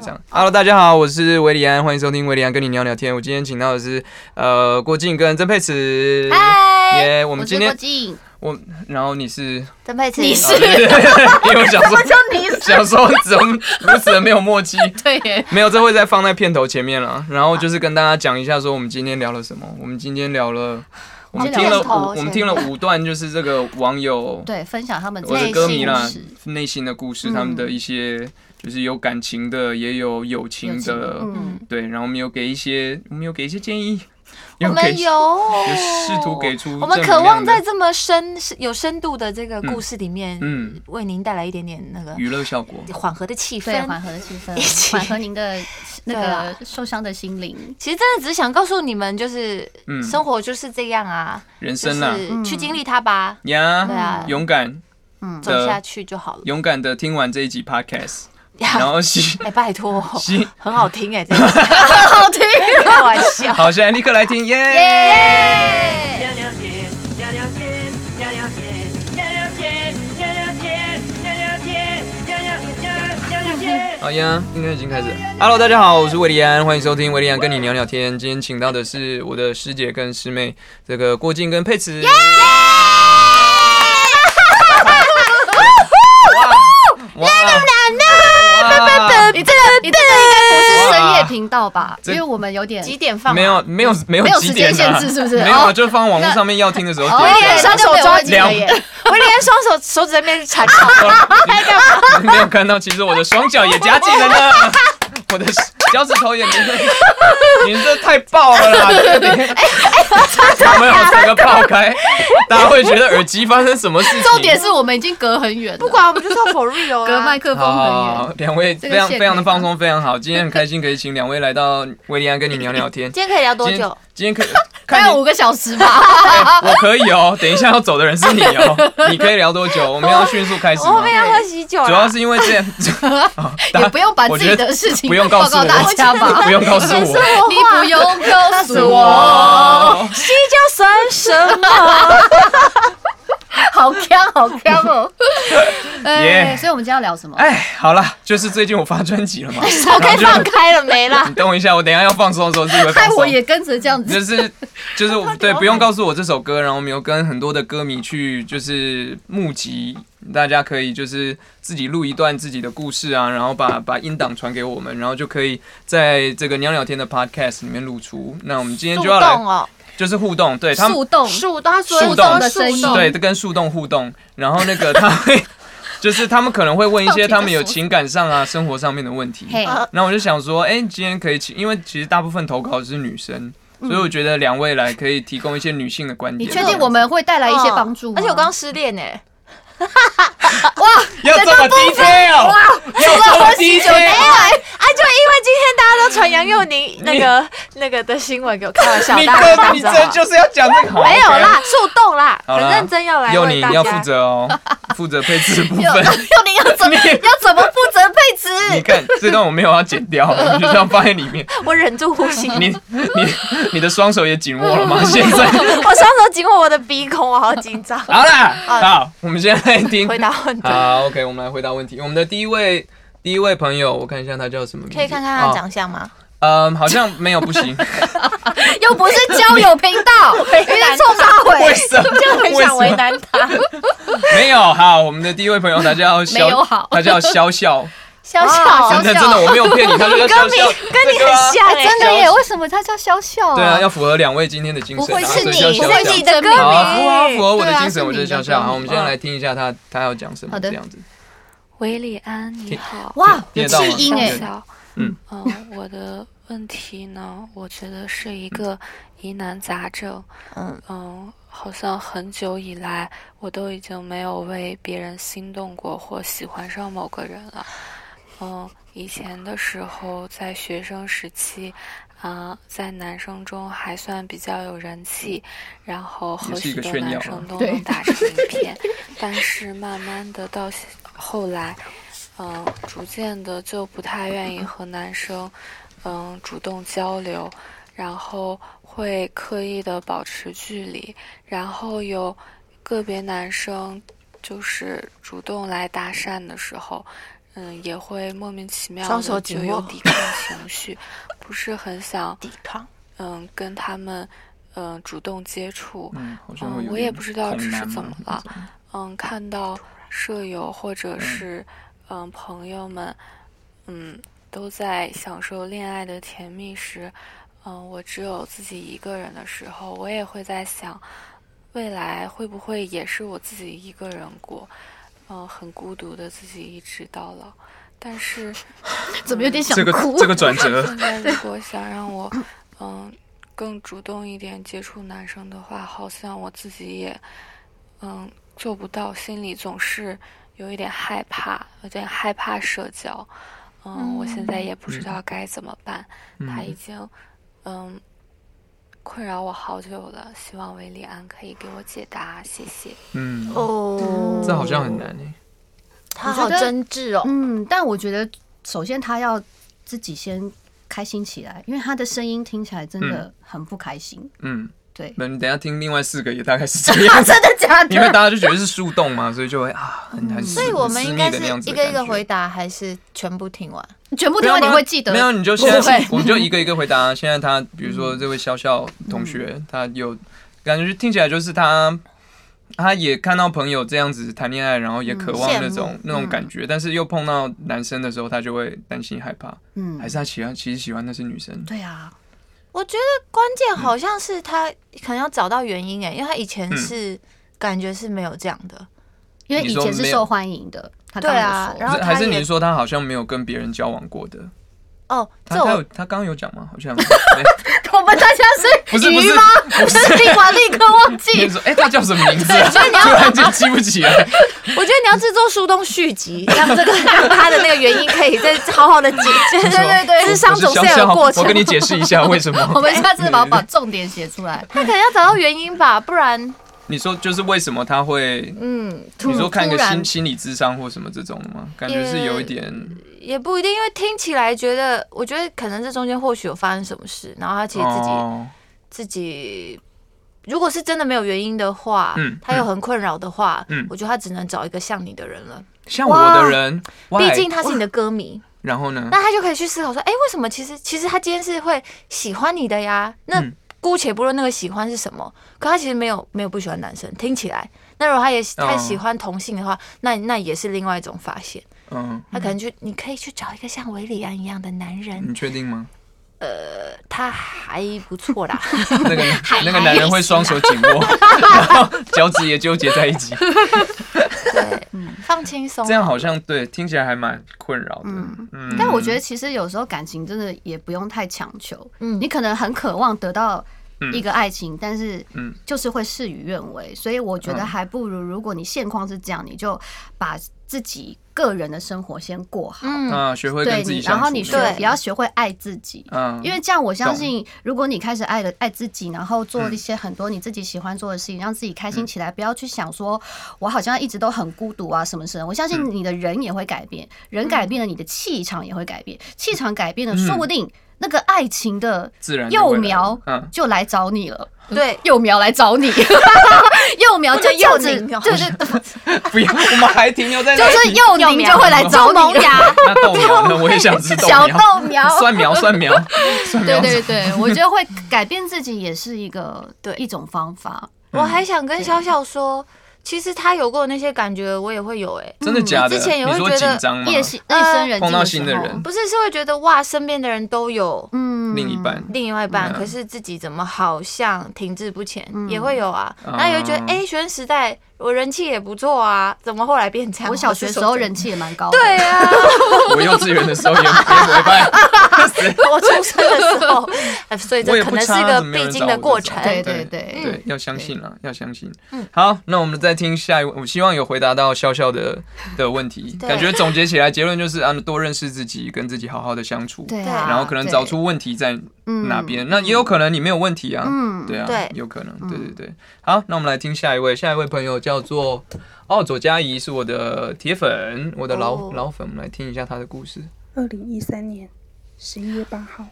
这样嗯 Hello，大家好，我是维里安，欢迎收听维里安跟你聊聊天。我今天请到的是呃郭靖跟曾佩慈，嗨，耶、我们今天郭靖，我然后你是，曾佩慈，你啊对对对因为我想说 就你想说怎么如此的没有默契，对耶，没有，这会再放在片头前面了。然后就是跟大家讲一下，说我们今天聊了什么。我们今天聊了，我们哦听了片头五，我们听了五段，就是这个网友对，分享他们我的内歌迷心啦事，嗯内心的故事，他们的一些就是有感情的，也有友情友情的，嗯，对，然后我们有给一些，我们有给一些建议，我有给们有有试图给出我们正渴能量望的在这么深有深度的这个故事里面，嗯为您带来一点点那个娱乐效果。缓和的气对，缓氛。和的气 一氛，起缓和您 的那对啊个受伤的心灵。其实真的只想告诉你们，就是嗯生活就是这样啊，人就生啦是去经历它吧，对呀，啊，勇敢走的下去就好了。勇敢的听完这一集 podcast，然 呀，后希哎，拜托，希很好 听哎，真的是好 听，开玩 笑。好，现在立刻来 听耶！耶！聊聊天，聊聊天，聊聊天，聊聊天，聊聊天，聊聊天，聊聊聊聊天。好呀，应该已经开始了。Hello，大家好，我是维利安，欢迎收听维利安跟你聊聊天。今天请到的是我的师姐跟师妹，这个郭靖跟佩慈。哇！哇啊你这个，你这个应该不是深夜频道吧？因为我们有点几点放啊？没有没有没有没有几时点间限啊制是不是没有啊，哦就放网络上面要听的时候哦点威廉啊。双手抓那就紧没有问题了耶，威廉双手手指在那边缠绕，你没有看到，其实我的双脚也夹紧了呢，我的脚趾头也没。你这太爆了啦！有没有整个爆开？大家会觉得耳机发生什么事情？重点是我们已经隔很远了， 不管我们就是要 for real 隔麦啊。克风好好很好远。，两位这非个常线非常可的以吗放松，非常好。今天很开心可以请两位来到维利安跟你聊聊天。今天可以聊多今天久？今天可以大看概你五个小时吧，哎我可以哦，等一下要走的人是你哦，你可以聊多久？我们要迅速开始我吗？哦后面哦要喝喜酒啦哦主要是因为这样， 也不用把我自觉己得的事情不用告报诉告我。大家吧 不用告诉生我。活你化不用 告诉我，哇，喜酒啊算什么？ 好香好香哦！哎， Yeah 所以我们今天要聊什么？哎，好了，就是最近我发专辑 了嘛，我可然以后哎放就开了没啦你？等我一下，我等一下要放松的时候自己会放害哎我松。也跟着这 样子就是就是我对，不用告诉我这首歌，然后我们有跟很多的歌迷去就是募集，大家可以就是自己录一段自己的故事啊，然后把把音档传给我们，然后就可以在这个鸟鸟天的 podcast 里面露出。那我们今天树就要来洞哦，就是互动，对他们树洞，树洞，它所树有洞都的是声树音洞。对，跟树洞互动，然后那个他会， 就是他们可能会问一些他们有情感上啊、生活上面的问题。嘿， 那我就想说，哎、今天可以请，因为其实大部分投稿是女生，嗯所以我觉得两位来可以提供一些女性的观你点。确定我们会带来一哦些帮助嗯吗？而且我刚失恋哎，要这么 detail？要这么 detail？啊，就因为今天大家都传杨佑宁那个那个的新闻给我开玩笑，你大家这当你着这好就是要讲这个，好啊没有 OK 啦，树洞啦，好很啦认真要来佑为宁大你要负家。责哦， 负责配置的部又分。又你要怎么你要怎么负责配置？ 你看这段我没有要剪掉，我就这样放在里 面。我忍住呼吸，你你你的双手也紧握了 吗？现在我双手紧握我的鼻孔，我好紧张。好啦，好，我们现在来听。回答 问题，好，OK，我们来回答问题。我们的第一位第一位朋友，我看一下他叫什么名字，可以看看他哦。的长相吗？嗯，好像没有，不行。 又不是交友频道，你在臭大为伟，什么？就很想为难他。没有，好，我们的第一位朋友，他叫没有肖，好他叫肖 笑。笑哦笑真的肖笑真的，我没有骗你，他就叫肖笑。跟你对很啊。像哎，真的耶？为什么他叫笑笑啊？对啊，要符合两位今天的精神啊。不会是所以你叫不肖会笑是你的歌好啊，符合迷符合我的对啊精神，是我就是你的肖笑。歌迷好，我们现在来听一下他他要讲什么，好的这样子。维里安，你好。哇，听有得到吗气音对哎对，小，嗯呃我的问题呢，我觉得是一个疑难杂症。嗯嗯，好像很久以来我都已经没有为别人心动过或喜欢上某个人了。嗯，以前的时候，在学生时期，啊、在男生中还算比较有人气，然后和也是一许个多炫耀男啊生都对能打成一片。但是慢慢的到现后来，嗯、逐渐的就不太愿意和男生，嗯、主动交流，然后会刻意的保持距离，然后有个别男生就是主动来搭讪的时候，嗯，也会莫名其妙双的手就紧有握抵抗情绪，不是很想 抵抗。嗯跟他们嗯主动接触。嗯，好像会有嗯我点也不知道恐这是男怎嘛么那了种嗯，看到舍友或者是嗯朋友们，嗯都在享受恋爱的甜蜜时，嗯，我只有自己一个人的时候，我也会在想，未来会不会也是我自己一个人过，嗯，很孤独的自己一直到老。但是怎么有点想这个哭？这个转折， 现在如果想让我，嗯，更主动一点接触男生的话，好像我自己也，嗯，做不到，心里总是有一点害怕，有点害怕社交。嗯，我现在也不知道该怎么办，他已嗯，经，嗯，困扰我好久了，希望维里安可以给我解答，谢谢。嗯，哦这好像很，难欸诶。他我觉好得真挚哦。嗯，但我觉得首先他要自己先开心起来，因为他的声音听起来真的很不开心。嗯，对，，那你等一下听另外四个也大概是这样 真的假 因为大家的？就觉得是树洞嘛，所以就会啊，很很所以我们应该是一个一个回答。答，还是全部听完？ 全部没听有完你吗会记得？没有，啊你就现不在会，我们就一个一个回答。现在他，比如说这位小小同嗯学，他有感觉听起来就是他，他也看到朋友这样子谈恋爱，然后也渴望嗯羡慕嗯那种那种感觉，但是又碰到男生的时候，他就会担心害怕，嗯还是他喜欢其实喜欢的是女生。对啊，我觉得关键好像是他可能要找到原因哎，因为他以前是感觉是没有这样的，因为你以说前是没有受欢迎的。他刚对啊有说然后他还是也您说他好像没有跟别人交往过的？哦，他这他有我他刚刚有讲吗？好像哎我们大家是不是不鱼是吗？不是。 立刻立刻忘你记，说，哎，他叫什么名字啊？ 突然就记不起来。我觉得你要制作书东续集，让这个让他的那个原因可以再好好的解决。对对对，智商我是总小是有小个过程我。跟你解释一下为什么。 我们下次把把重点写出来。他可能要找到原因 吧，不然你说就是为什么他会？嗯突你说看个突然心心理智商或什么这种的吗？感觉是有一点，也不一定，因为听起来觉得，我觉得可能这中间或许有发生什么事，然后他其实自己、哦，自己。如果是真的没有原因的话，嗯他又很困扰的话，嗯我觉得他只能找一个像你的人了。像我的人，毕 why？竟他是你的歌迷，然后呢？那他就可以去思考说，哎、为什么其实其实他今天是会喜欢你的呀？那嗯姑且不论那个喜欢是什么，可他其实没有没有不喜欢男生，听起来。那如果他也哦他喜欢同性的话，那那也是另外一种发现。嗯，嗯他可能去，你可以去找一个像维里安一样的男人，你确定吗？他还不 错啦。那个那个男人会双手紧握， 然后脚趾也纠结在一起，对，放轻松嗯这。样好像对，听起来还蛮困扰的。嗯，但我觉得其实有时候感情真的也不用太强求，嗯你可能很渴望得到一个爱情，但是嗯就是会事与愿嗯违，所以我觉得还不如如果你现况是这样，你就把自己个人的生活先过好，嗯，啊，学会对跟自你，己然相后处，你学对也要学会爱自己。嗯，因为这样，我相信，如果你开始爱了爱自己，然后做一些很多你自己喜欢做的事情，让自己开嗯心起来，不要去想说我好像一直都很孤独啊什么什么。我相嗯信你的人也会改变，人改变了，你的气场也会改变，气场改变了，嗯说不定那个爱情的自然就幼会来苗嗯，就来找你了。对，幼苗来 找你，幼苗就这样子，幼对龄哦对，对 不要，我们还停留在那 就里是幼幼龄苗就会来找 你了。那豆苗 呢？ 我也想知豆小苗，豆苗， 蒜苗，蒜苗，蒜苗对，对对，我觉得会改变自己也是一 个对一种方法。嗯我还想跟小小说，其实他有过那些感觉，我也会有哎、真的假的？嗯之前也会你说觉得紧张吗？夜深夜深嗯呃人静碰到的新时的候人，不是是会觉得哇，身边的人都有嗯，另一半，另外一半，嗯可是自己怎么好像停滞不前，嗯也会有啊。啊那也会觉得，哎、学生时代我人气也不错啊，怎么后来变这嗯样？我小学时候人气，气也蛮高的，对啊，我幼稚园的时候也也不 拜， 我出生的时候， 哎所以我这也可不能是差一个怎么有必人经找的我就过找程。对对对对嗯对，要相信了，要相信。好，那我们再听下一位，我希望有回答到笑笑的的问题。对感觉总结起来，结论就是啊，多认识自己，跟自己好好的相处，对啊，然后可能找出问题在哪边。那也有可能你没有问题啊，嗯对啊，对有可能，对对对。好，那我们来听下一位，下一位朋友叫做哦，左佳怡，是我的铁粉，我的老、哦老粉，我们来听一下她的故事。二零一三年十一月八号，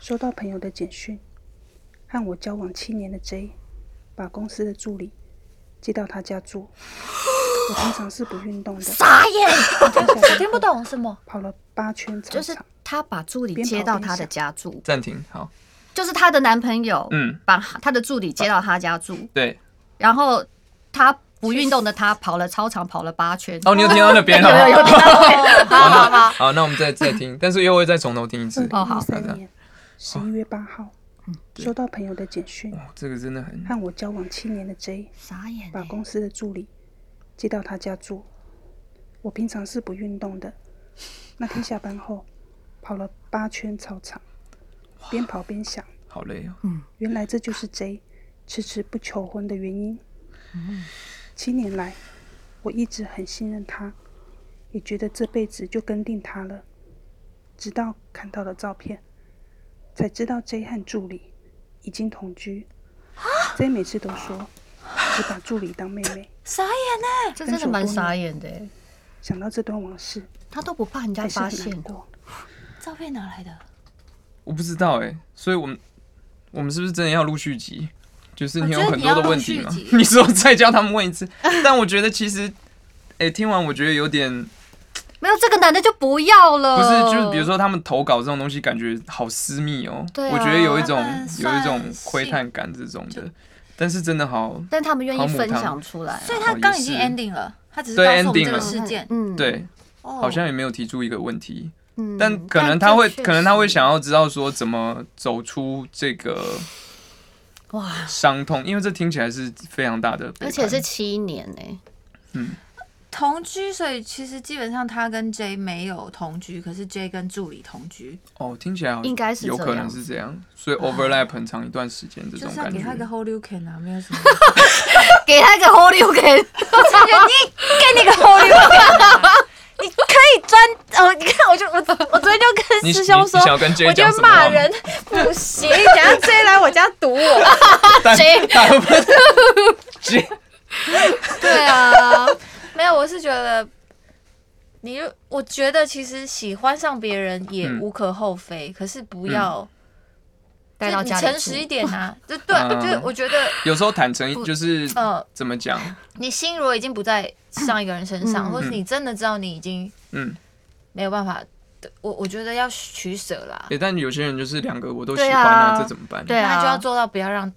收到朋友的简讯，和我交往七年的 J，把公司的助理接到他家住，我平常是不运动 的，傻眼，我听我 听不懂什么。跑了八圈操就是场，她把助理边跑接到边她的想家住，暂停，好，就是她的男朋友，嗯，把她的助理接到她家住，对，然后她不运动的她跑了操场跑了八圈，哦，你有听到那边 了有有有吗？听到好好好，好，那我们再再听，但是又会再从头听一次。哦二零好一好嗯的三年十一月八号，收到朋友的简讯，哇，这个真的很，和我交往七年的 J 傻眼把欸，公司的助理接到他家住。我平常是不运动的，那天下班后跑了八圈操场，边跑边想，好累哦。原来这就是 J 迟迟不求婚的原因。七年来，我一直很信任他，也觉得这辈子就跟定他了。直到看到了照片，才知道 J 和助理已经同居。J 每次都说只把助理当妹妹。傻眼呢、这真的蛮傻眼的欸，想到这段往事，她都不怕人家还是发很现难，过。照片哪来的？我不知道哎、所以我们我们是不是真的要录续集？就是你有我觉得很多的问题 嘛？你说再教他们问一次，但我觉得其实，哎、听完我觉得有点没有这个男的就不要了，不是，就是比如说他们投稿这种东西，感觉好私密哦、对啊我觉得有一种他们有算一种窥探感这种的，但是真的好但他们愿好意母分汤享出来啊，所以他刚已经也是 ending 了，他只是对告诉我们 ending 这个了事件。嗯，对，哦，好像也没有提出一个问题，嗯，但可能但他这会，确可能他会实想要知道说怎么走出这个哇，伤痛，因为这听起来是非常大的背叛，而且是七年欸呢、同居，所以其实基本上他跟 J 没有同居，可是 J 跟助理同居，哦，听起来好像应该是有这可能样啊是这样，所以 overlap 很长一段时间这就种是要感给觉他一。个 hold you can 啊，没有什么。 给他一个 Holy o k 你给你个 hold you can，、啊、你可以专呃，你看我就我我昨天就你跟你师你兄说想。要跟 J 我觉讲得什么骂话吗？人不行，等下 J 来我家堵我。但 J 大部分 J 对啊，没有，我是觉得你就，我觉得其实喜欢上别人也嗯无可厚非，可是不要带到就家你里诚实一点 啊，就对，嗯就是我觉得，有时候坦诚就是呃，怎么讲，你心如果已经不在上一个人身上，嗯或是你真的知道你已经嗯，没有办法，我我觉得要取舍啦，诶但有些人就是两个我都喜啊对欢啊啊，这怎么办？对啊，那就要做到不要让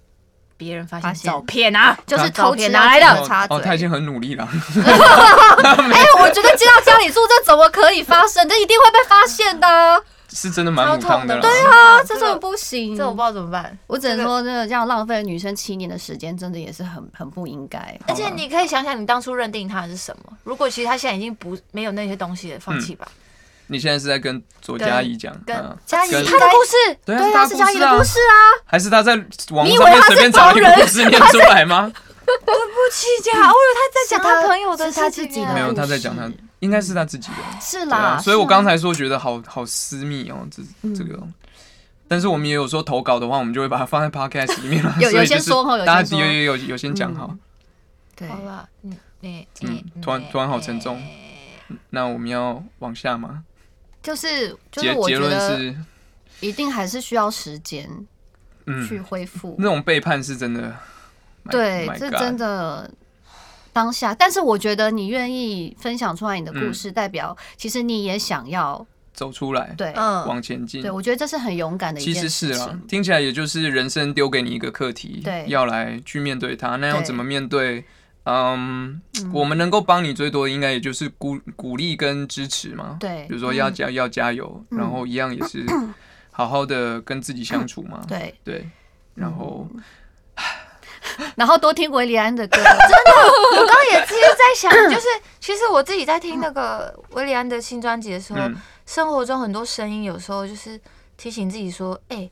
别人发发现现照片啊。就是照偷吃片拿来的哦，插嘴。哦，他已经很努力了， 哎、我觉得接到家里住，这怎么可以发生？这一定会被发现的啊！是真的蛮母汤的啦。对啊啊这种不嗯行，这我不知道怎么办。我只这能个说，真的这样浪费了女生七年的时间，真的也是很很不应该。啊而且你可以想想，你当初认定他的是什么？如果其实他现在已经不没有那些东西了，嗯放弃吧。你现在是在跟左嘉怡讲，跟嗯嘉怡跟应他的该故事，对对啊，啊，是是他的故嘉怡事的啊故事啊，还是他在网你络上以为面他随便是找一旁个人故事念出来吗？不起家，我以为他在讲他朋友的是 他事自己情的啊。没有，他在讲他应该是他自己的。是对啊，啦。嗯所以我是刚才说觉得好好私密哦，这这个。但是我们也有说投稿的话，我们就会把它放在 podcast 里面了。 有所以有先就是说嗯哦有先大家说有有有有先讲好。对好，了，你你嗯你，突然突然好沉重。那我们要往下吗？就是就结是我结觉论得是，一定还是需要时间去嗯，恢复。那种背叛是真的。My- 对 my，这 God 真的当下。但是我觉得你愿意分享出来你的故嗯事，代表其实你也想要走出来，对、嗯，往前进对，。我觉得这是很勇敢的其一件实事是情。啊，听起来也就是人生丢给你一个课题，对要来去面对它。那要对怎么面对？嗯，我们能够帮你最多，应该也就是鼓鼓励跟支持嘛。对比如说嗯要加、要加油，然后一样也 是好好的跟自己相处嘛。对，对，然后然后多听维里安的歌，我刚刚也自己 在想，就是其实我自己在听那个威利安的新专辑的时候，嗯，生活中很多声音，有时候就是提醒自己说，哎、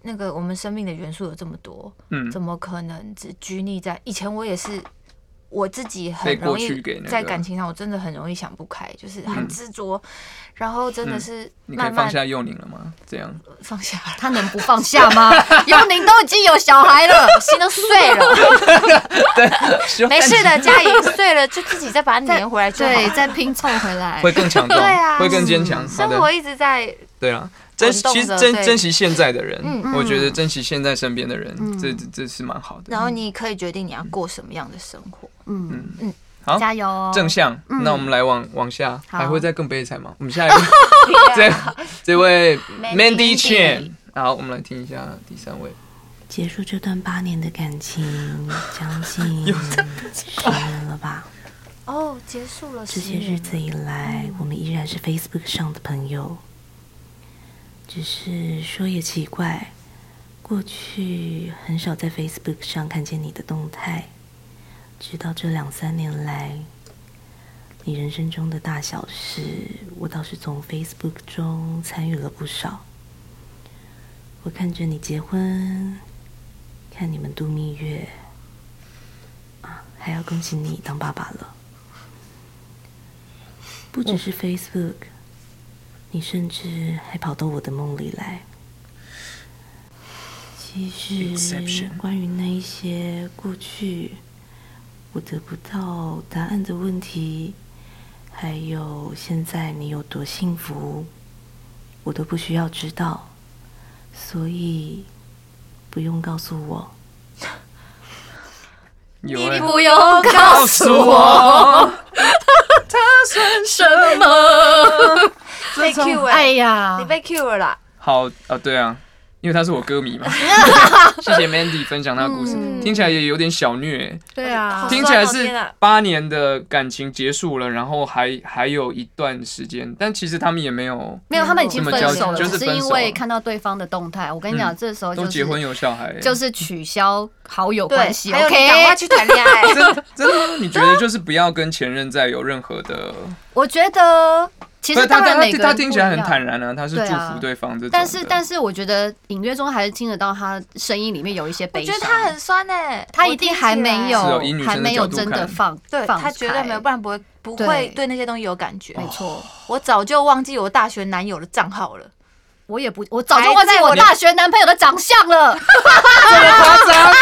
那个我们生命的元素有这么多，嗯怎么可能只拘泥在？以前我也是，我自己很被过容去易给那个嗯在感情上，我真的很容易想不开，就是很执着，然后真的是你可以慢放慢下幼宁了吗？这 样放下了，他能不放下 吗？尤宁都已经有小孩了，心都碎 了，没事的，家里碎了就自己再把它粘回来就好对，了。再拼凑回来会。更强壮，对啊会更坚强。好生的。活一直在对啊，珍动其实的珍对珍惜现在的人，嗯我觉得珍惜现在身边的人，这这这是蛮好的。嗯然后你可以决定你要过什么样的生活。嗯，好，加油！正向。嗯那我们来往往下，好还会再更悲惨吗？我们下 一位， 这这位 Mandy Mandy Chan，好，我们来听一下第三位。结束这段八年的感情，将近十年了吧？哦，结束了这十些年。日子以来，我们依然是 Facebook 上的朋友。只是说也奇怪，过去很少在 Facebook 上看见你的动态，直到这两三年来，你人生中的大小事，我倒是从 Facebook 中参与了不少。我看着你结婚，看你们度蜜月，啊，还要恭喜你当爸爸了。不只是 Facebook，你甚至还跑到我的梦里来。其实 Inception，关于那一些过去我得不到答案的问题，还有现在你有多幸福，我都不需要知道，所以不用告诉我。有哎，不用告诉我，他算什么？被 Q 哎、哎呀你，被 Q 了啦！好啊，对啊，因为他是我歌迷 嘛。谢谢 Mandy 分享他的故事，嗯听起来也有点小虐欸。对啊好，听起来酸哦是天啊八年的感情结束了，然后还还有一段时间，但其实他们也没有没有，他们已经这么分焦手了，就只是是分因手为了看到对方的动态。我跟你嗯讲，这时候就都是结婚有小孩欸，就是取消好友对关，系还有你赶快，OK？去谈恋爱。真真的吗？你觉得就是不要跟前任再有任何的？我觉得其不实是他当他然他每个他人听起来很不一样坦然啊，他是祝对啊福对方这种的。但是，但是我觉得隐约中还是听得到他声音里面有一些我悲觉伤。得他很酸哎、他我一定听起还没是有哦以女，生还的没角有度真的看放，来对放他绝对开没有，不然不会不对会对那些东西有感觉。没错，我早就忘记我大学男友的账号了。我也不，我早就还忘记在我我的大学男朋友的长相了。这么夸 张，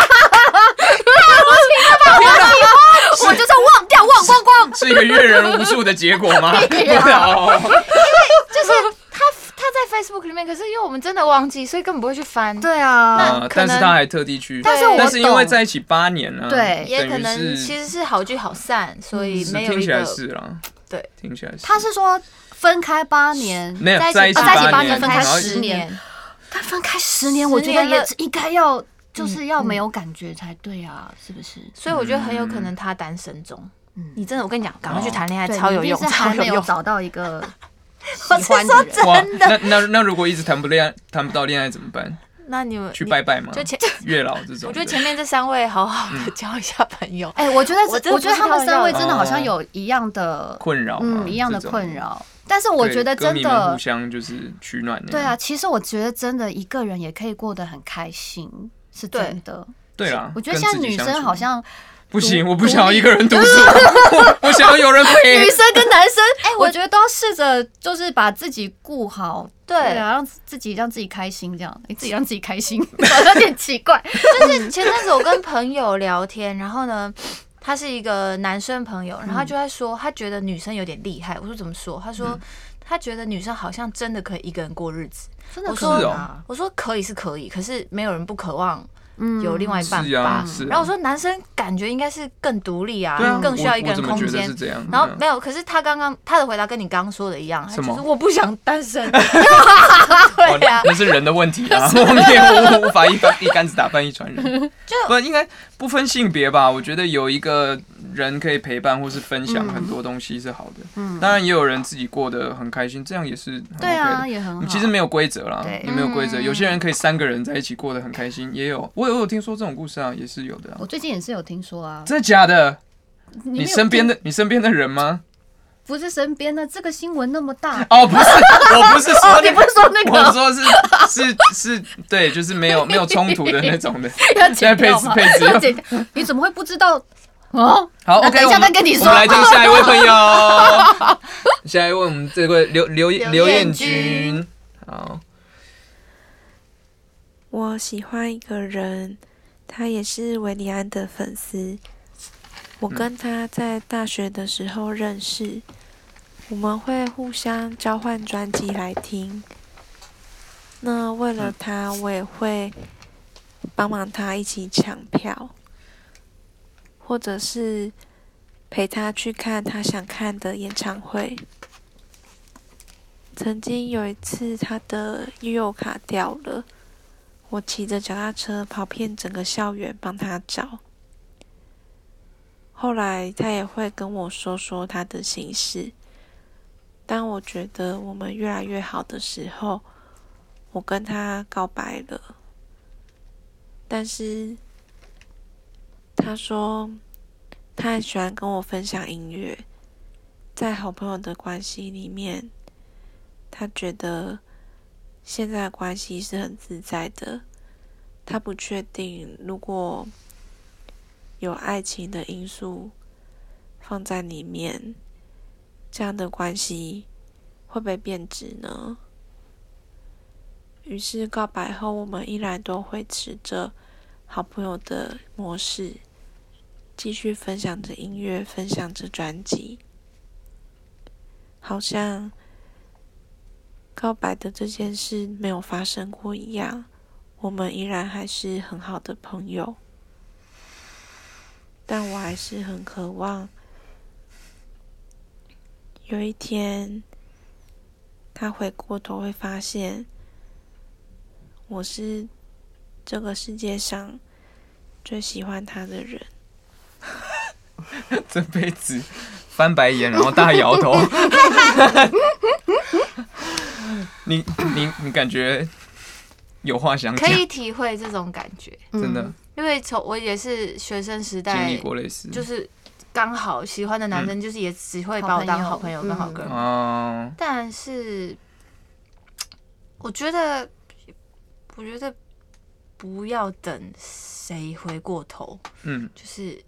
我就是忘掉忘光光。 是一个阅人无数的结果吗？不 对啊了， 就是他他在 Facebook 里面，可是因为我们真的忘记，所以根本不会去翻。对 啊，啊可但是能他还特地去，但哦是我但是因为懂在一起八年呢，对也可等能于其是实是好聚好嗯散，所以是没有听一起来个哦是啦，对，听起来是他是说分开八年，没有在一一哦起起八八年，年分开然后十年，但分开十年，十我觉得年了嗯也应该要，就是要没有感觉才对啊，是不是？所以我觉得很有可能他单身中。你真的，我跟你讲，赶快去谈恋爱，嗯哦对超有你一用定，是还超有没有用。找到一个喜 我是欢的说人真。哇，那那那如果一直谈不恋爱，谈不到恋爱怎么办？那你们去你拜拜吗？就前， 月老这种的，我觉得前面这三位好好的交一下朋友。哎、我觉得是我真的我觉得不他知们道三位要真的好哦像有一样的困扰嘛，嗯，一样的这种困。扰。但是我对觉得歌真迷们的互，相就是取暖那样。对啊，其实我觉得真的一个人也可以过得很开心，是对真的。对啦。我觉跟得现在自己女相生处好像不行，独我不想要一个人独处， 我我想要有人陪。 女生跟男生，哎、我觉得都要试着就是把自己顾好，对啊，让自己让自己开心，这样，你、 自己让自己开心，好像有点奇怪。 就是前阵子我跟朋友聊天，然后呢，他是一个男生朋友，然后他就在说，他觉得女生有点厉害。我说怎么说？他说他觉得女生好像真的可以一个人过日子。 真的我可说以是哦吗？我说可以啊是可以，可是没有人不渴望嗯有另外一半是吧啊，。是啊。然后我说男生感觉应该是更独立啊，对啊，更需要一个我人我怎么空觉得间是。这样。然后嗯没有，可是他刚刚他的回答跟你刚刚说的一样，他什就么是我不想单 身。 哦啊对那啊呀、那是人的问题啊， 我们也无无法一竿一竿子打翻一船 人。不应该不分性别吧？我觉得有一个人可以陪伴或是分享很多东西是好的。嗯，当然也有人自己过得很开心，这样也是很 OK 的对啊，。也很好。其实没有规则啦对，嗯也没有规则。有些人可以三个人在一起过得很开心，也有我有我有听说这种故事啊，也是有的啊、我最近也是有听说啊，真的假的？你你没有身边听的你身边的人吗？不是身边的这个新闻那么 大，哦，不是，我不是说、你不是说那个我说是是是，对，就是没有没有冲突的那 种的。要现在剪配掉置吗配置要剪掉，你怎么会不知道？ 哦，好那，OK，等一我下们再跟你我说们来听下一位朋友， 下一位我们这位刘刘刘刘彦彦君，好， 我喜欢一个人，他也是维尼安的粉丝。我跟他在大学的时候认识，我们会互相交换专辑来听。那为了他，我也会帮忙他一起抢票，或者是陪他去看他想看的演唱会。曾经有一次，他的悠游卡掉了，我骑着脚踏车跑遍整个校园帮他找。后来他也会跟我说说他的心事。当我觉得我们越来越好的时候，我跟他告白了，但是他说他很喜欢跟我分享音乐，在好朋友的关系里面，他觉得现在的关系是很自在的。他不确定如果有爱情的因素放在里面，这样的关系会不会变质呢？于是告白后，我们依然都会持着好朋友的模式，继续分享着音乐，分享着专辑。好像告白的这件事没有发生过一样，我们依然还是很好的朋友。但我还是很渴望有一天，他回过头会发现，我是这个世界上最喜欢他的人。这辈子翻白眼，然后大摇头。 你你你感觉有话想可讲，以体会这种感觉，真嗯的因为从我也是学生时经哎历代，过类似，就是刚好喜欢的男生，就是也只会把我当好朋友跟好哥们。哦，但是我觉得，我觉得不要等谁回过头，嗯，就是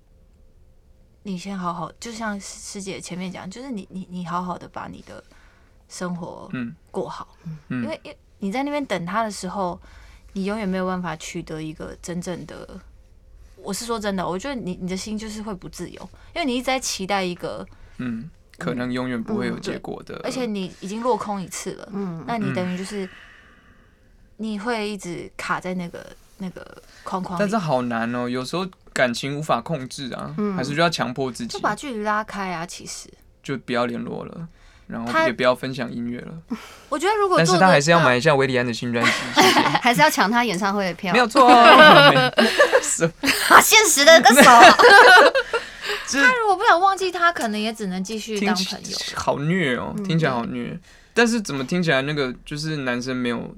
你先好好，就像师师姐前面讲，就是你你你好好的把你的生活嗯过好，嗯因为因为你在那边等他的时候，你永远没有办法取得一个真正的。我是说真的，我觉得你你的心就是会不自由，因为你一直在期待一个，嗯，可能永远不会有结果的。而且你已经落空一次了，嗯那你等于就是、你会一直卡在那个那个框框但里是，好难哦，有时候感情无法控制啊，嗯还是就要强迫自己就，把距离拉开啊。其实就不要联络了，然后他也不要分享音乐了。我觉得如果但做是得他还是要呃到买一下维里安的新 专辑，谢谢哎还是要抢他演唱会的票，没有错 哦。是啊，现实的歌手，这他如果不想忘记他，可能也只能继续听当起朋友。好虐哦，嗯听起来好虐。但是怎么听起来那个就是男生没有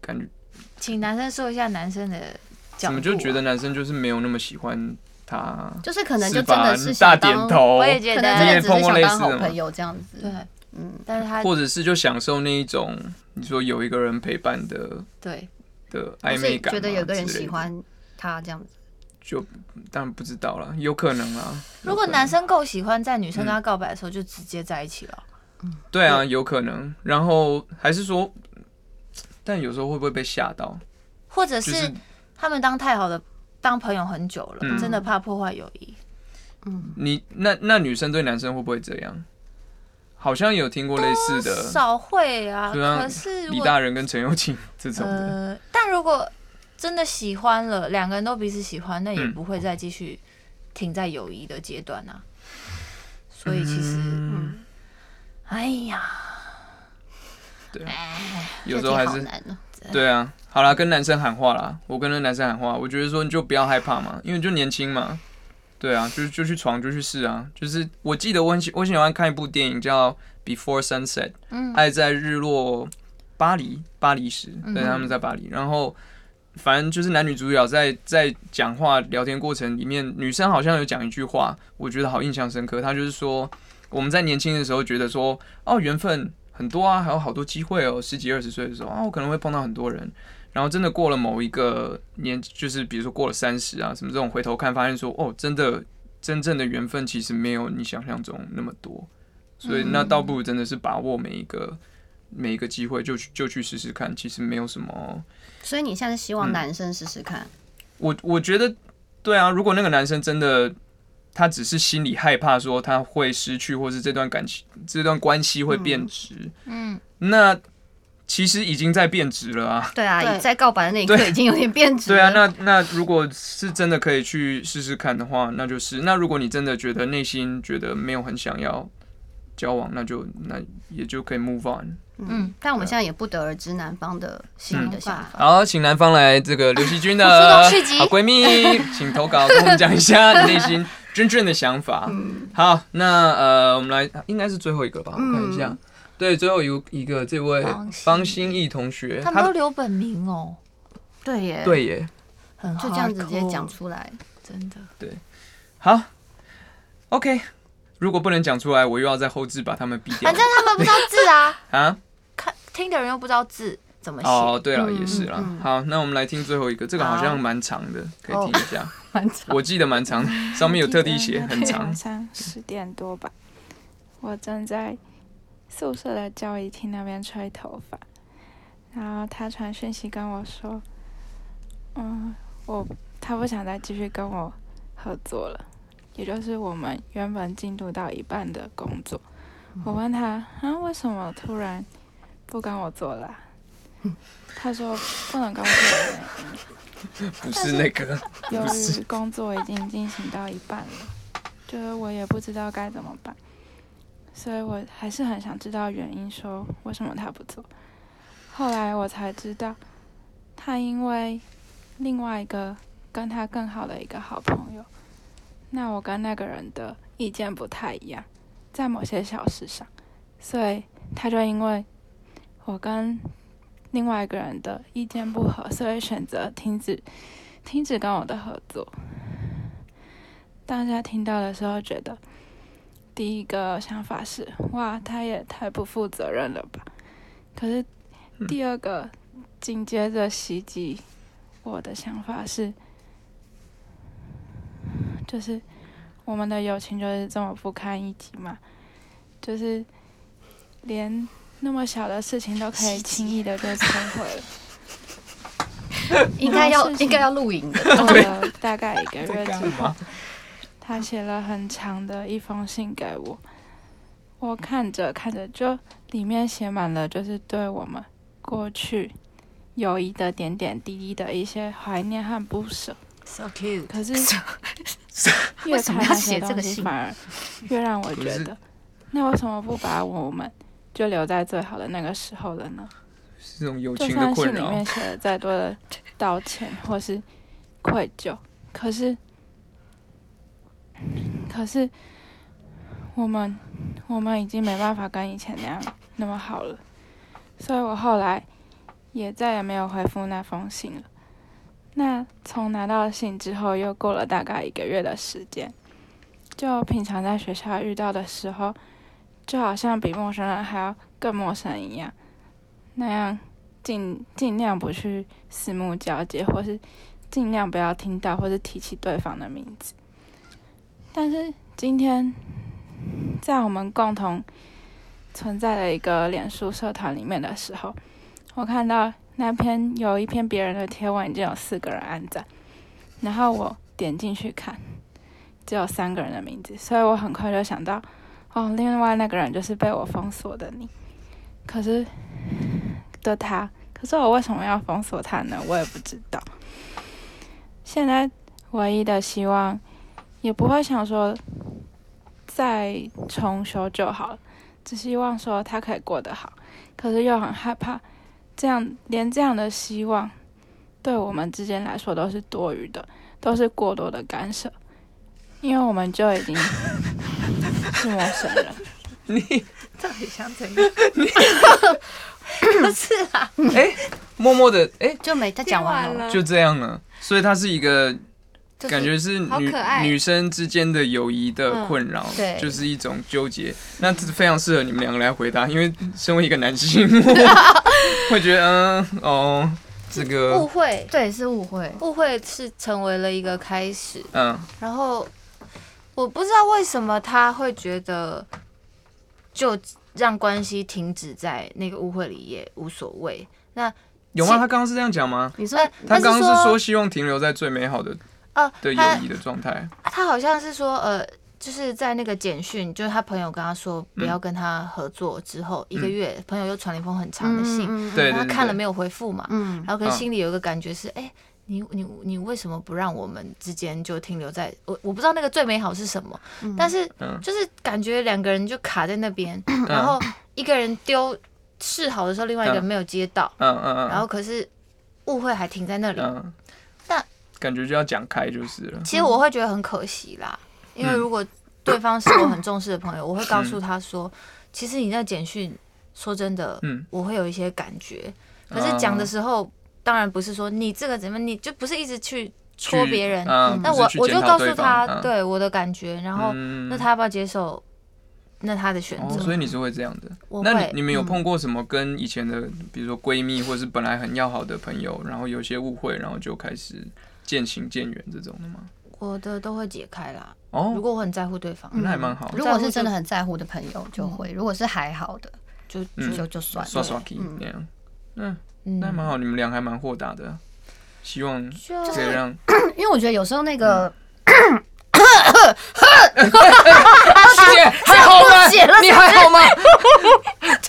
感觉，请男生说一下男生的怎角度、啊么就觉得？男生就是没有那么喜欢他？ 就是啊可能是就真吧的是你大想点当，头，我也觉可得能真你的也只碰是过想类似当好的吗朋？友这样子嗯对。，但是他或者是就享受那一种你说有一个人陪伴的对的就暧是昧感，觉得有个人喜，欢他这样子，就当然不知道啦，有可能啊。如果有可能嗯男生够喜欢，在女生跟他告白的时候就直接在一起了。对啊，有可能，然后还是说，但有时候会不会被吓到？或者就是是他们当太好的当朋友很久了，嗯真的怕破坏友谊。你那那女生对男生会不会这样？好像有听过类似的，少会啊，就像可是李我大人跟陈友庆这种的，呃，但如果真的喜欢了，两个人都彼此喜欢，那也嗯不会再继续停在友谊的阶段啊。所以其实，嗯哎呀，对啊，哎有时候还这是题好难哦对啊，好啦，跟男生喊话啦，我跟那男生喊话，我觉得说你就不要害怕嘛，因为你就年轻嘛，对啊，就就去闯就去试啊，就是我记得我很喜我喜欢看一部电影叫《Before Sunset》，嗯爱在日落巴黎巴黎时，对，他们在巴黎，然后。反正就是男女主角在在讲话聊天过程里面，女生好像有讲一句话，我觉得好印象深刻。她就是说，我们在年轻的时候觉得说，哦，缘分很多啊，还有好多机会哦。十几二十岁的时候啊，我可能会碰到很多人。然后真的过了某一个年，就是比如说过了三十啊，什么这种回头看，发现说，哦，真的真正的缘分其实没有你想象中那么多。所以那倒不如真的是把握每一个每一个机会，就去就去试试看，其实没有什么。所以你现在希嗯望男生试试看，我我觉得，对啊，如果那个男生真的，他只是心里害怕说他嗯会失去，或是这段感情、这段关系会变质，嗯，那其实已经在变质了啊。对啊，对在告白的那一刻对已经有点变质对啊了。，那那如果是真的可以去试试看的话，那就是那如果你真的觉得内心觉得没有很想要交往，那就那也就可以 move on。嗯，但我们现在也不得而知男方的心里的想法。好，请男方来这个刘惜君 的我主动续集好闺蜜，请投稿跟我们讲一下你内心真正的想法。嗯好，那呃，我们来应该是最后一个吧，我看一下。嗯对，最后有一个这位方心方心怡同学，他们都留本名哦，对耶，，对耶，很啊就这样子直接 hardcore 讲，出 来。真的。好，OK。如果不能讲出来，我又要在后置把他们逼掉啊反正他们不知道字啊，啊。看听的人又不知道字怎么写。哦，对了，嗯也是啦嗯。好，那我们来听最后一个，这个好像蛮长的，可以听一下。哦 蛮长我记得蛮长，上面有特地写，很晚长。 上十点多吧，我正在宿舍的交易厅那边吹头发，然后他传讯息跟我说，嗯，我他不想再继续跟我合作了，也就是我们原本进度到一半的工作。我问他啊，为什么突然不跟我做了啊、他说不能跟我做了。啊不是那个， 由不是于工作已经进行到一半了，就是我也不知道该怎么办，所以我还是很想知道原因，说为什么他不做。后来我才知道，他因为另外一个跟他更好的一个好朋友，那我跟那个人的意见不太一样，在某些小事上，所以他就因为我跟另外一个人的意见不合，所以选择停止停止跟我的合作。大家听到的时候，觉得第一个想法是：哇，他也太不负责任了吧！可是第二个紧接着袭击我的想法是，就是我们的友情就是这么不堪一击嘛，就是连那么小的事情都可以轻易的就摧毁了。应该要 然后事情应该要录影 的。过了大概一个在月干之后嘛，他写了很长的一封信给我，我看着看着就里面写满了就是对我们过去友谊的点点滴滴的一些怀念和不舍。 So cute，可是为越什看么要那写些这个东西，信反而越让我不觉是得，那为什么不把我们就留在最好的那个时候了呢？是这种友就情的算困信里面扰。写了再多的道歉或是愧疚，可是，可是我们我们已经没办法跟以前那样那么好了，所以我后来也再也没有回复那封信了。那从拿到信之后，又过了大概一个月的时间，就平常在学校遇到的时候，就好像比陌生人还要更陌生一样，那样尽尽量不去四目交接，或是尽量不要听到或是提起对方的名字。但是今天，在我们共同存在的一个脸书社团里面的时候，我看到那篇有一篇别人的贴文已经有四个人按赞，然后我点进去看，只有三个人的名字，所以我很快就想到，哦，另外那个人就是被我封锁的你。可是的他，可是我为什么要封锁他呢？我也不知道。现在唯一的希望，也不会想说再重修就好了，只希望说他可以过得好。可是又很害怕，这样连这样的希望，对我们之间来说都是多余的，都是过多的干涉，因为我们就已 经是陌生人。你到底想怎样？不是啊，哎，默默的哎，就没他讲完了，就这样了。所以它是一个嗯就是感觉是好女可爱女生之间的友谊的困扰嗯，对就是一种纠结。那这非常适合你们两个来回答，因为身为一个男 性，我会觉得嗯哦，这误个会，对，是误会。误会是成为了一个开始。嗯然后我不知道为什么他会觉得，就让关系停止在那个误会里也无所谓。那有吗？他刚刚是这样讲吗？你说他但刚刚是说说希望停留在最美好的呃，的友他谊的状态，他好像是说呃，就是在那个简讯，就是他朋友跟他说嗯不要跟他合作之后，一个月朋友又传了一封很长的信，嗯对然后对他看了没对，有回复嘛，嗯然后可嗯是心里有一个感觉是，哎、你你你为什么不让我们之间就停留在我我不知道那个最美好是什么，但是嗯就是感觉两个人就卡在那 边，然后一个人丢示好的时候，另外一个人嗯没有接到，嗯嗯嗯，然后可是误会还停在那里，嗯，但感觉就要讲开就是了，其实我会觉得很可惜啦，因为嗯如果对方是我很重视的朋友，我会告诉他说，其实你那简讯，说真的，嗯我会有一些感觉，可是讲的时候，当然不是说你这个怎么，你就不是一直去戳去别人，嗯，那不是我去我就检讨告对诉方他嗯对我的感觉，然后嗯那他要不要接受，那他的选哦，择所。以你是会这样的。我那会你你们有嗯碰过什么跟以前的，比如说闺蜜，或者是本来很要好的朋友，然后有些误会，然后就开始渐行渐远这种的吗？我的都会解开啦，如哦，果我很在乎对嗯方，那还蛮好的，如果是真的很在乎的朋友就会，如果是还好的就嗯就就算刷了。刷 key 那样，嗯，嗯那还蛮好，你们俩还蛮豁达的，希望就可以 让因为我觉得有时候那个嗯 师姐还好吗？解了你还好吗？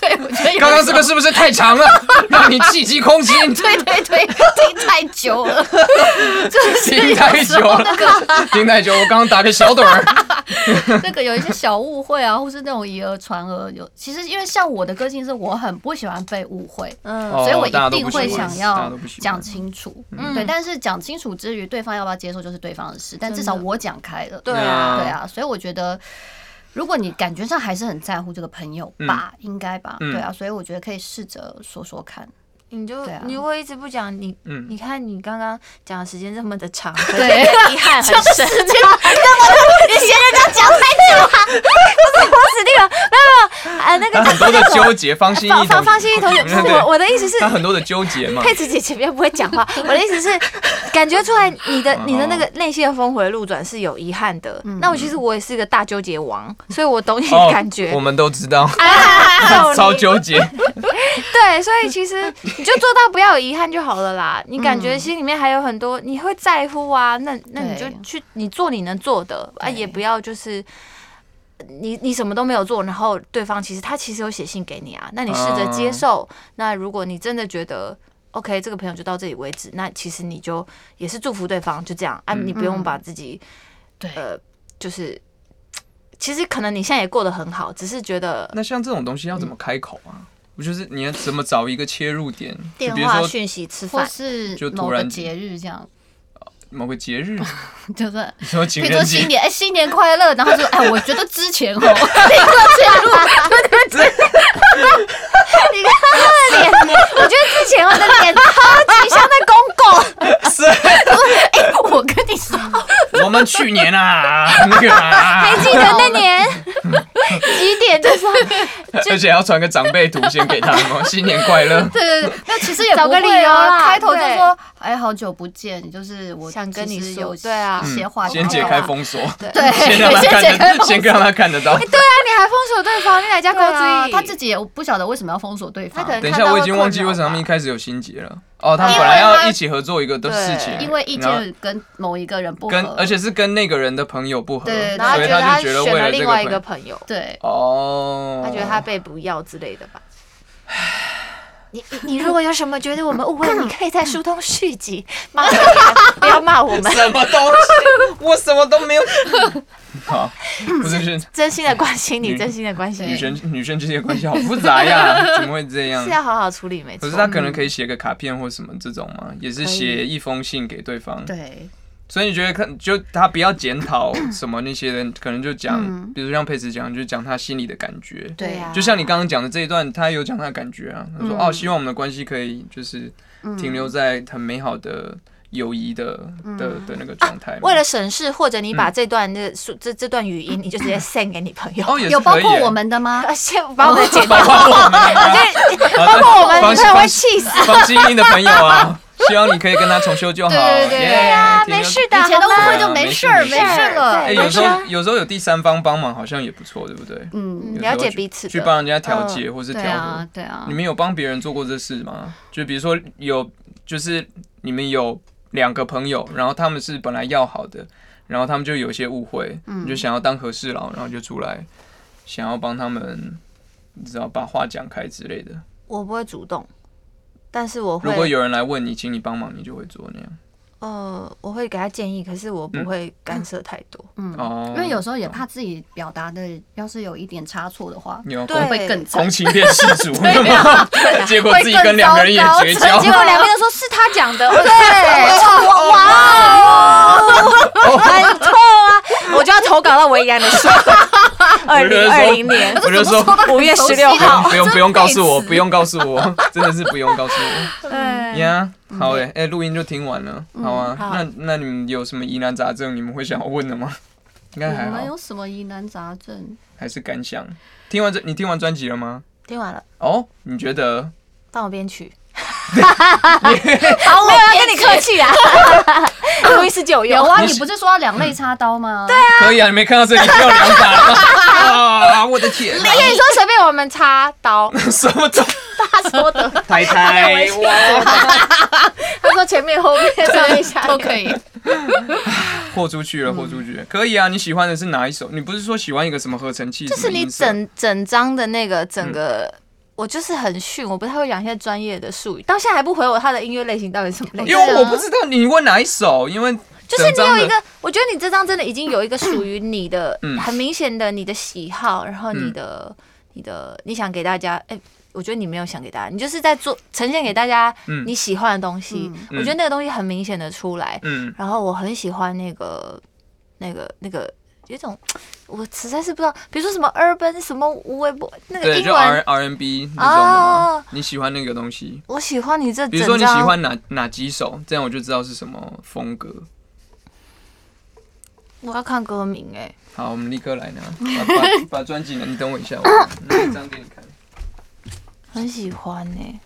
对，我觉得 有刚刚这个是不是太长了，让你气急攻心？ 对对对，听太久了， 停太久了， 停太久，我刚刚打个小盹儿。那个有一些小误会啊，或是那种以讹传讹，有其实因为像我的个性是我很不喜欢被误会，嗯哦所以我大家一都定不喜会欢想大家要都不喜欢讲清楚，嗯对。但是讲清楚之余，对方要不要接受就是对方的事，但至少真的我讲开了，对啊对啊。所以我觉得，如果你感觉上还是很在乎这个朋友吧，应该吧，嗯对啊。所以我觉得可以试着说说看，你就、对啊你如果一直不讲，你嗯你看你刚刚讲的时间这么的 长，对，遗憾很深。 啊，那个很多的纠 结，方心方一方同方心 怡同学，不是我我的意思是，他很多的纠结 嘛。佩慈姐前面不会讲话，我的意思是，感觉出来你的你的那个内心的峰回路转是有遗憾的。那我其实我也是个大纠结王，所以我懂你的感觉哦我。们都知道， 啊超纠结。对，所以 其实你就做到不要有遗憾就好了啦。你感觉心里面还有很多你会在乎啊，那那你就嗯对去你做你能做的啊，对也不要就是。你你什么都没有做，然后对方其实他其实有写信给你啊，那你试着接受。嗯那如果你真的觉得 OK，这个朋友就到这里为止，那其实你就也是祝福对方，就这样啊，你不用把自己嗯对呃，就是其实可能你现在也过得很好，只是觉得那像这种东西要怎么开口啊？我就是你要怎么找一个切入点？就电比如话、说讯息、吃或饭，是就某突个然节日这样，某个节日， 就是。你说情比如说人新节，年，哎、新年快乐！然后说，哎，我觉得之前哦，立刻介入，你看他的脸，我觉得之前我的脸超级像在公公。是哎、我跟你说，我们去年啊，那个 啊，还记得那年几点的时候？而且要传个长辈图先给他们哦，新年快 乐。对对对，那其实也找不个会理由啊，啦开头就对说，哎，好久不见，就是我想跟其你实说有对啊一些嗯话想先解说开封锁，对，先让他先解看开得，封先让他看得到。对啊，你还封锁对方，你哪家公对司、啊，他自己也不晓得为什么要封锁对方，他可能啊等一下，我已经忘记为什么他们一开始有心结了。哦，他们因本为来要他一起合作一个的事情，对因为意然后见跟某一个人不合，跟而且是跟那个人的朋友不合，对对对然后所以觉得他他就觉得选为了了这另个外一朋个友，朋友，对，哦，他觉得他被不要之类的吧。你你你如果有什么觉得我们误会，你可以在书通续集骂我们，不要骂我们，什么东西，我什么都 没有。好，不是是真心的关心你，女真心的关心女你，生女生之间的关系好复杂呀， 怎么会这样是？啊嗯要好好处理，没错嗯可是。他可能可以写个卡片或什么这种嘛，也是写一封信给对方。对，所以你觉得看就他不要检讨什么那些人，可能就讲，嗯比如像佩慈讲，就讲他心里的感觉。对啊就像你刚刚讲的这一段，他有讲他的感觉啊，他说、嗯哦，希望我们的关系可以就是停留在很美好的友谊的、的的那个状态嘛、嗯啊为了省事，或者你嗯把这段的数、这这段语音，你就直接 send 给你朋友，哦也是有包可以括耶我，们的 吗？哦啊 先把我们的剪包掉。括我们啊，包方我们朋友会方气死。方心英的朋友啊，希望你可以跟他重修就好。对对对耶对啊，停留没事的，以前的误好吗会就没事儿，没事没没事事了哎、对。有时没候事啊有时候有第三方帮忙，好像也不错，对不对？嗯，有时候了解去彼此的去帮人家调解或是调对和。啊，对啊你，们有帮别人做过这事吗？就比如说有，就是你们有两个朋友，然后他们是本来要好的，然后他们就有一些误会，嗯你就想要当和事佬，然后就出来想要帮他们，你知道把话讲开之类的。我不会主动，但是我如果会有人来问你，请你帮忙，你就会做那样。呃，我会给他建议，可是我不会干涉太多。嗯，哦因为有时候也怕自己表达的要是有一点差错的话，你有对同会更惨同。情变失主，吗？ 结果自己跟两个人也绝交。结果两边都说是他讲 的，对，哇很错啊，我就要投稿到维安的 书，二有人零说二零年 我就说五月十六号，不用不用告诉我，不用告诉我， 真的是不用告诉我。对，嗯呀、好诶、诶，录音就听完了，好啊。好那那你们有什么疑难杂症，你们会想要问的吗？ 应该还哎我们好有，什么疑难杂症？还是感想。听完这，你听完专辑了吗？听完了，哦，你觉得？放我边 去。好，我要跟你客气啊， 路易斯就有 有用，啊，你你是不是说要两肋插刀吗？ 对啊，可以啊，你没看到这里就有两把了吗？ 啊，我的天、 我跟你说随便我们插刀，什么 东？他说 的，太太，哇，他说前面后面上面下面都可以。豁出去嗯了，豁出去了，可以啊。你喜欢的是哪一首？你不是说喜欢一个什么合成器？就就是你整整张的那嗯个整个，我就是很逊，我不太会讲一些专业的术语，到现在还不回我他的音乐类型到底是什么类因型。为我不知道你问哪一首，因为就是整你张有的一个，我觉得你这张真的已经有一个属于你的嗯很明显的你的喜好，然后你的你的你想给大家，哎，我觉得你没有想给大家，你就是在做呈现给大家嗯你喜欢的东西。我嗯觉得那个东西很明显的出来，嗯，然后我很喜欢那个那个那个有一种我实在是不知道，比如说什么 urban 什么无微博那个对，英就 R 文， R N B 那种的嘛哦，你喜欢那个东西。我喜欢你这比如说整你喜张，欢哪哪几首，这样我就知道是什么风格。我要看歌名哎、好，我们立刻来 拿，把把把专辑拿，你等我一 下，我拿一张给你看，很喜欢哎、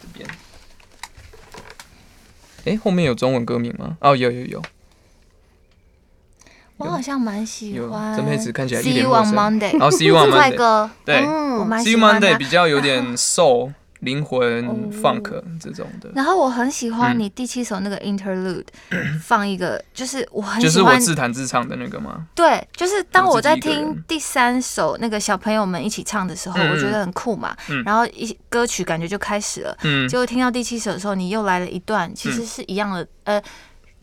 这边。哎，后面有中文歌名吗？哦，有有有我好像蛮喜有欢。，郑佩慈看起来一 See 脸 you 陌 on 生。 Monday，然后哦 See you on 自快 Monday，歌，对哎嗯我蛮，See 喜 you 欢哦 Monday 的。啊比较有点 soul 灵魂 funk 这种的。然后我很喜欢嗯你第七首那个 interlude，放一个就是我很就是喜我欢，自弹自唱的那个吗？对，就是当我我自己在一个听人第三首那个小朋友们一起唱的时候，嗯我觉得很酷嘛嗯。然后一歌曲感觉就开始了，嗯，结果听到第七首的时候，你又来了一段，其实是一样的，呃，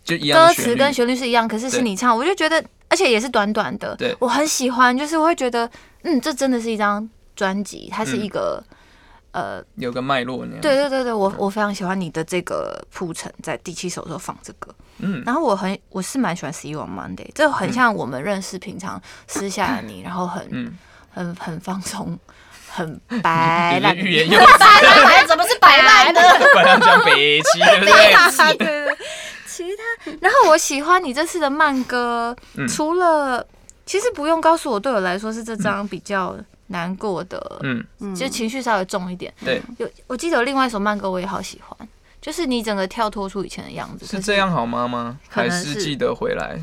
就一样的歌旋词律跟旋律是一样，可是是对你唱，我就觉得，而且也是短短的，对我很喜欢，就是我会觉得，嗯，这真的是一张专辑，它是嗯一个，呃，有个脉络那样。对，对对对，我我非常喜欢你的这个铺陈，在第七首的时候放这个，嗯然后我很我是蛮喜欢《See You on Monday》，这很像我们认识平常私下的你，然后很嗯，很很放松，很白 有烂些欲言又止，哎，怎么是白烂的？本来讲北 齐，对不对？对啊对对， 其他。然后我喜欢你这次的慢歌，嗯除了其实不用告诉我，对我来说是这张比较难过的，嗯，就情绪稍微重一点。对，有我记得有另外一首慢歌我也好喜欢，就是你整个跳脱出以前的样子，可是这，样好妈妈，可还能是是记得回来？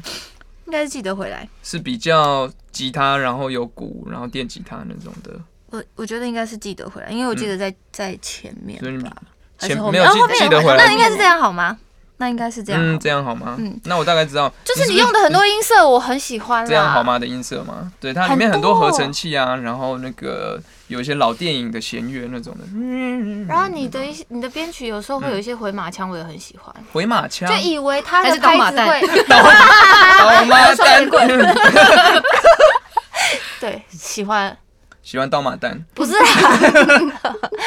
应该是记得回来。是比较吉他，然后有鼓，然后电吉他那种的，我我觉得应该是记得回来，因为我记得在、在前面所以你吧，还前是后没面？有哦后记面记得回那来应。该是这样好吗？那应该是这样好吗，嗯，这样好吗？嗯那我大概知道，就是你不用的很多音啊色，我很喜欢啦。这样好吗的音色吗？对，它里面很多合成器啊，然后那个有一些老电影的弦乐那种的，嗯，然后你的一些你的编曲有时候会有一些回马枪，我也很喜欢，回马枪就，以为它还的是刀马拍子旦会 刀马蛋，对喜欢， 喜欢刀马蛋，不 是啊，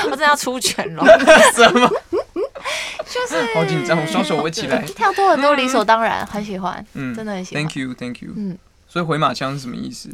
我真的要出拳了，什么？就是好紧张，我双手握 起来。跳脱很多理所当然，很喜欢，嗯，真的很喜欢 Thank。you, Thank you。嗯所以回马枪是什么意思？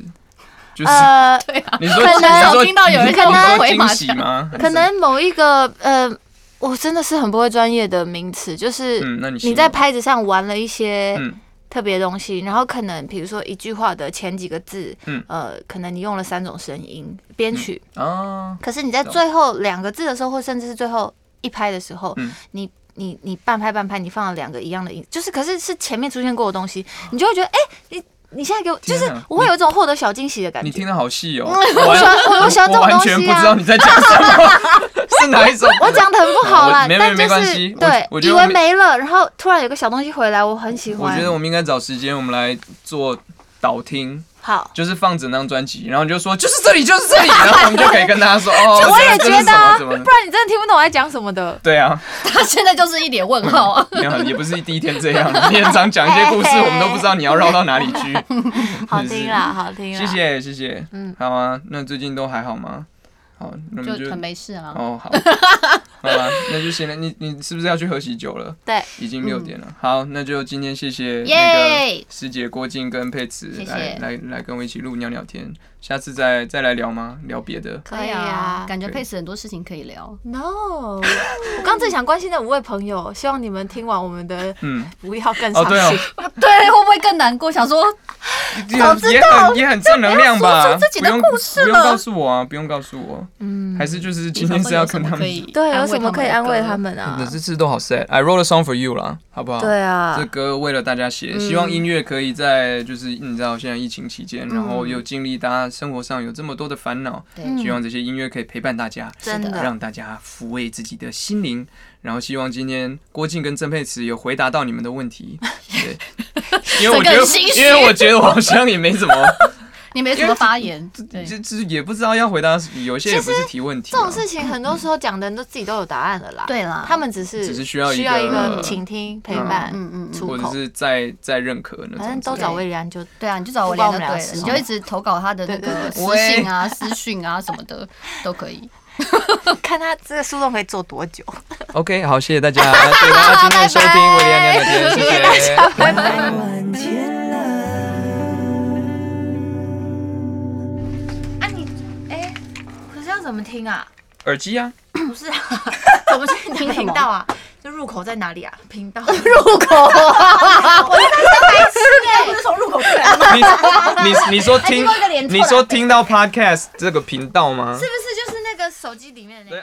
就是 呃，你说可能你说我听到有人你说可能惊喜吗？可能某一个呃，我真的是很不会专业的名词，就是嗯，那你形你容在拍子上玩了一些嗯特别东西，然后可能比如说一句话的前几个字嗯，呃，可能你用了三种声音编曲，啊，可是你在懂最后两个字的时候，或甚至是最后一拍的时候，嗯你你你半拍半拍，你放了两个一样的音，就是可是是前面出现过的东西，你就会觉得哎、你你现在给我，就天是啊我会有一种获得小惊喜的感你觉。听的好细哦，嗯我喜欢完我喜欢这我种完东全不西知道啊你。在讲什 么，是哪一首？我讲的很不好啦，我没没但就没关是系我对我，觉以得为我们没了，然后突然有个小东西回来，我很喜我欢觉。得我们应该找时间，我们来做导听，好，就是放整张专辑，然后你就说就是这里，就是这里，然后我们就可以跟大家说哦， 我也这是觉什得么啊，什不么的。然你真的听不懂我在讲什么的。对啊， 他现在就是一脸问 号啊。没有，也不是第一天这样， 你很常讲一些故事，我们都不知道你要绕到哪里去。 好听啦， 好听啦。谢谢谢谢，嗯好啊，那最近都还好吗？好，那我们就 就很没事啊。哦 好，好吧，那就行了。你你是不是要去喝喜酒了？对，嗯已经六点了。好，那就今天谢谢那个耶师姐郭靖跟佩慈谢谢来来来跟我一起录聊聊天，下次再再来聊吗？聊别的。可以啊。感觉对佩斯很多事情可以聊。 No，我刚正想关心的五位朋友，希望你们听完我们的，嗯，不要更哦伤对哦心。对，会不会更难过？想说也很也很也很正能量吧？说出自己的不用故事不用了告诉我啊，不用告诉我。嗯，还是就是今天是要跟他可们。以对，有什么可以安慰他们们啊那？这次都好 sad。I wrote a song for you 啦，好不好？ 对啊这，歌为了大家嗯写，希望音乐可以在就是你知道现在疫情期间，然后又经历大家生活上有这么多的烦恼，嗯对希望这些音乐可以陪伴大家，真的让大家抚慰自己的心灵。然后希望今天郭靖跟郑佩慈有回答到你们的问题， 对，因为我觉整个得很心，虚因为我觉得我好像也没怎么，你没什么发言，对，就就也不知道要回答，有一些也不是提问题、这啊，种事情很多时候讲的人都自己都有答案了啦。对啦他们只是只是需要一个嗯一个倾听、陪伴、嗯嗯嗯出或者口，是再再认可那种之类的，反正都找威然就对啊，你就找我聊就对不知道了，我你们聊什么就一直投稿他的那对对个对私信啊、私讯啊什么的都可以。 看他这个树洞可以做多久。 OK，好，谢谢大 家，谢谢大家今天的收听《维里安聊聊天》，谢谢。晚天了。啊你，哎，可是要怎么听 啊？耳机啊，不是啊，怎么去你的频道啊？就入口在哪里啊？频道入 口，欸 不是从入口出来的吗？你你你说哎听听啊过一个连错，的你说听到 Podcast 这个频道吗？是不是就是那个手机里面的那个？